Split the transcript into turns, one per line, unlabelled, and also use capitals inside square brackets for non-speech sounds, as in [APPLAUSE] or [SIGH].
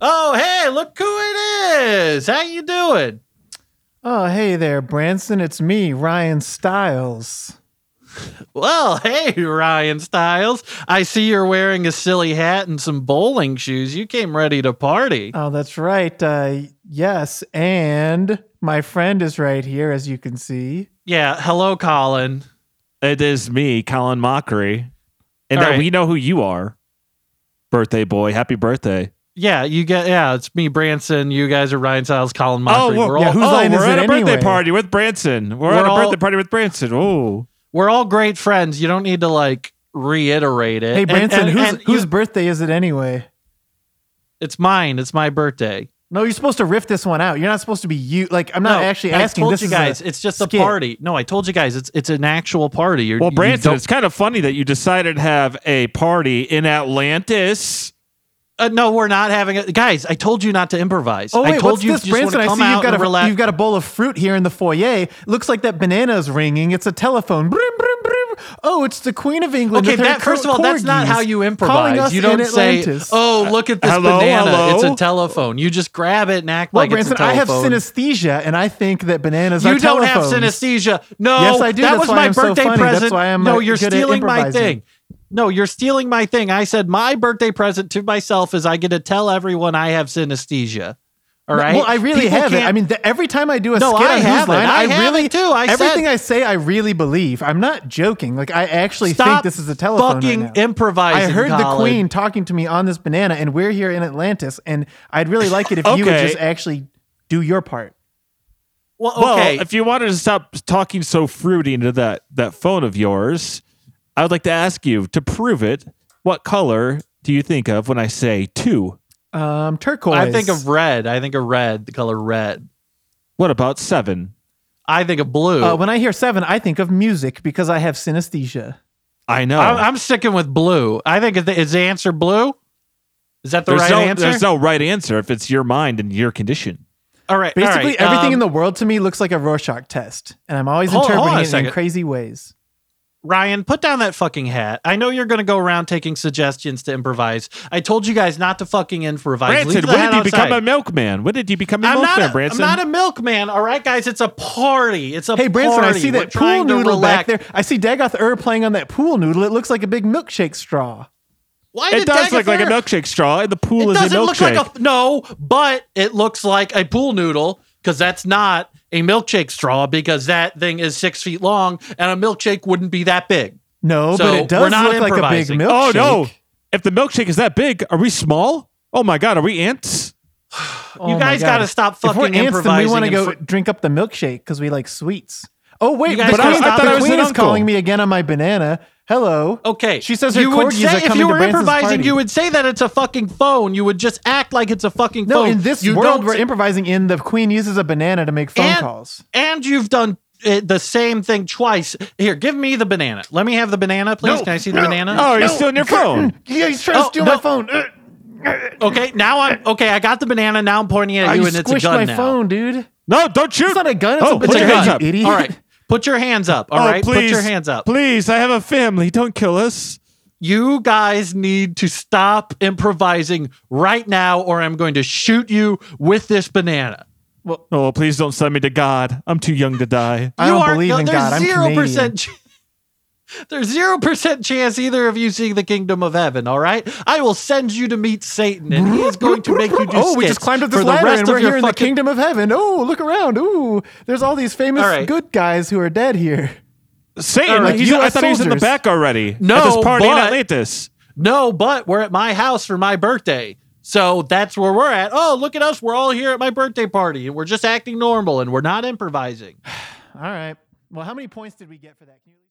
Oh, hey, look who it is. How you doing?
Oh, hey there, Branson. It's me, Ryan Stiles.
Well, [LAUGHS] hey, Ryan Styles. I see you're wearing a silly hat and some bowling shoes. You came ready to party.
Oh, that's right. Uh, yes, and my friend is right here, as you can see.
Yeah, hello, Colin.
It is me, Colin Mockery. And
All
now
right.
we know who you are. Birthday boy. Happy birthday.
Yeah, you get. Yeah, it's me, Branson. You guys are Ryan Styles, Colin Mockery.
well,
we're all
yeah, who- Whose
oh,
line
we're
is
at
it
a birthday
anyway?
party with Branson. We're,
We're
at a
all-
birthday party with Branson. Oh.
we're all great friends. You don't need to like reiterate it.
Hey,
And-
Branson,
and-
whose,
and
whose
you-
birthday is it anyway?
it's mine. It's my birthday.
No, you're supposed to riff this one out. You're not supposed to be you. Like, I'm not
No,
actually
I
asking.
told
this
you
is
guys,
a
it's just a
skit.
party. No, I told you guys, it's it's an actual party. You're,
Well,
you
Branson,
don't-
it's kind of funny that you decided to have a party in Atlantis.
uh, no, we're not having it, guys. I told you not to improvise.
Oh wait,
I told
what's
you
this,
you just want
Branson?
to
I
come
see
out
you've got
and
a
relax.
you've got a bowl of fruit here in the foyer. Looks like that banana's ringing. It's a telephone. Brim, brim, brim. Oh, it's the Queen of England.
Okay,
with her
that, first of all, that's not
corgis
how you
Calling
improvise.
us
You don't
in
say,
Atlantis.
"Oh, look at this
Hello,
banana.
hello?
It's a telephone." You just grab it and act
well,
like
Branson,
it's a telephone.
I have synesthesia, and I think that bananas are
You don't have
telephones.
synesthesia. No,
Yes, I do.
That
That's
was
why
my
I'm so
birthday
funny. That's
present.
why I'm,
no,
uh,
you're
good at
stealing my
improvising.
thing. No, you're stealing my thing. I said my birthday present to myself is I get to tell everyone I have synesthesia. All right.
Well, I really
People
have it.
can't-
I mean, th- every time I do a
No,
skit
I
on
have
Whose
it.
Line,
I
I,
have it
really
too. I said-
everything I say, I really believe. I'm not joking. Like I actually think
stop
this is a telephone. right
fucking
now.
improvising.
I heard the
Colin.
Queen talking to me on this banana, and we're here in Atlantis, and I'd really like it if you would
Okay.
just actually do your part.
Well,
Well,
okay.
if you wanted to stop talking so fruity into that, that phone of yours, I would like to ask you to prove it. What color do you think of when I say two?
Um, turquoise.
I think of red. I think of red. The color red.
What about seven?
I think of blue.
Oh,
Uh, when I hear seven, I think of music because I have synesthesia.
I know.
I'm, I'm sticking with blue. I think is the, is the answer blue. Is that the
there's
right
no,
answer?
There's no right answer if it's your mind and your condition.
all right. all
Basically,
right,
everything
um,
in the world to me looks like a Rorschach test, and I'm always
Hold- hold
interpreting
on a
it in
second.
crazy ways.
Ryan, put down that fucking hat. I know you're going to go around taking suggestions to improvise. I told you guys not to fucking improvise. Leave
Branson,
the
when
hat
did you become a
outside.
milkman? When did you become a
I'm not,
milkman,
a, I'm
Branson?
not a milkman. All right, guys, it's a party. It's a
Hey, Branson,
party.
I see
We're
that pool
trying to
noodle back
relax.
there. I see Dagoth Ur playing on that pool noodle. It looks like a big milkshake straw.
Why
it
did
does look like a
Dagobert-
milkshake straw, and the pool
It
is a
doesn't
milkshake.
look like a no, but it looks like a pool noodle because that's not a milkshake straw because that thing is six feet long and a milkshake wouldn't be that big.
No,
So,
but it
we're
does
not
look like a big
improvising.
milkshake.
oh no! If the milkshake is that big, are we small? Oh my god, are we ants?
Oh
You
my
guys
God.
gotta stop
if we're
fucking
ants, then we
improvising
wanna
in
go
fr-
drink up the milkshake because we like sweets. Oh
You
wait, the
guys
queen,
gotta stop.
the
I thought I was
queen
an
is
uncle.
calling me again on my banana. Hello.
Okay.
She says her
you would
corgis are
say if
coming
you
to
were
Branson's
improvising,
party.
you would say that it's a fucking phone. You would just act like it's a fucking
No,
phone.
in this
you
world
don't-
we're improvising. In the queen uses a banana to make phone
And-
calls.
and you've done uh, the same thing twice. Here, give me the banana. Let me have the banana, please.
No,
Can I see the
no,
banana?
Oh, you're still in your phone.
[LAUGHS] Yeah, he's trying
Oh,
to steal
no.
my phone. Uh,
Okay, now I'm okay. I got the banana. Now I'm pointing at
I
you, and it's a
squished
gun
my
now.
phone, dude.
No, don't shoot.
It's not a gun. It's
Oh,
a
put
It's
banana.
a
your hands
gun.
up.
You idiot.
All
[LAUGHS]
right. Put your hands up. All
oh,
right, Put
please,
your hands up.
Please, I have a family. Don't kill us.
You guys need to stop improvising right now, or I'm going to shoot you with this banana.
Oh, please don't send me to God. I'm too young to die.
I
you
don't
are-
believe in
there's
God. I'm
zero
Canadian.
percent. ch- [LAUGHS] There's zero percent chance either of you seeing the kingdom of heaven. All right, I will send you to meet Satan, and he is going to make you do.
[LAUGHS] Oh, we
skits
just climbed up
for
this
the
ladder
rest
and
of
we're
your
here in the
fucking-
kingdom of heaven. Oh, look around. Ooh, there's all these famous
All right.
good guys who are dead here.
Satan,
right,
he's,
you
I
are
thought he was in the
soldiers.
back already.
No,
at this party in
but-
Atlantis.
No, but we're at my house for my birthday. So that's where we're at. Oh, look at us. We're all here at my birthday party and we're just acting normal and we're not improvising.
All right. Well, how many points did we get for that? Can you-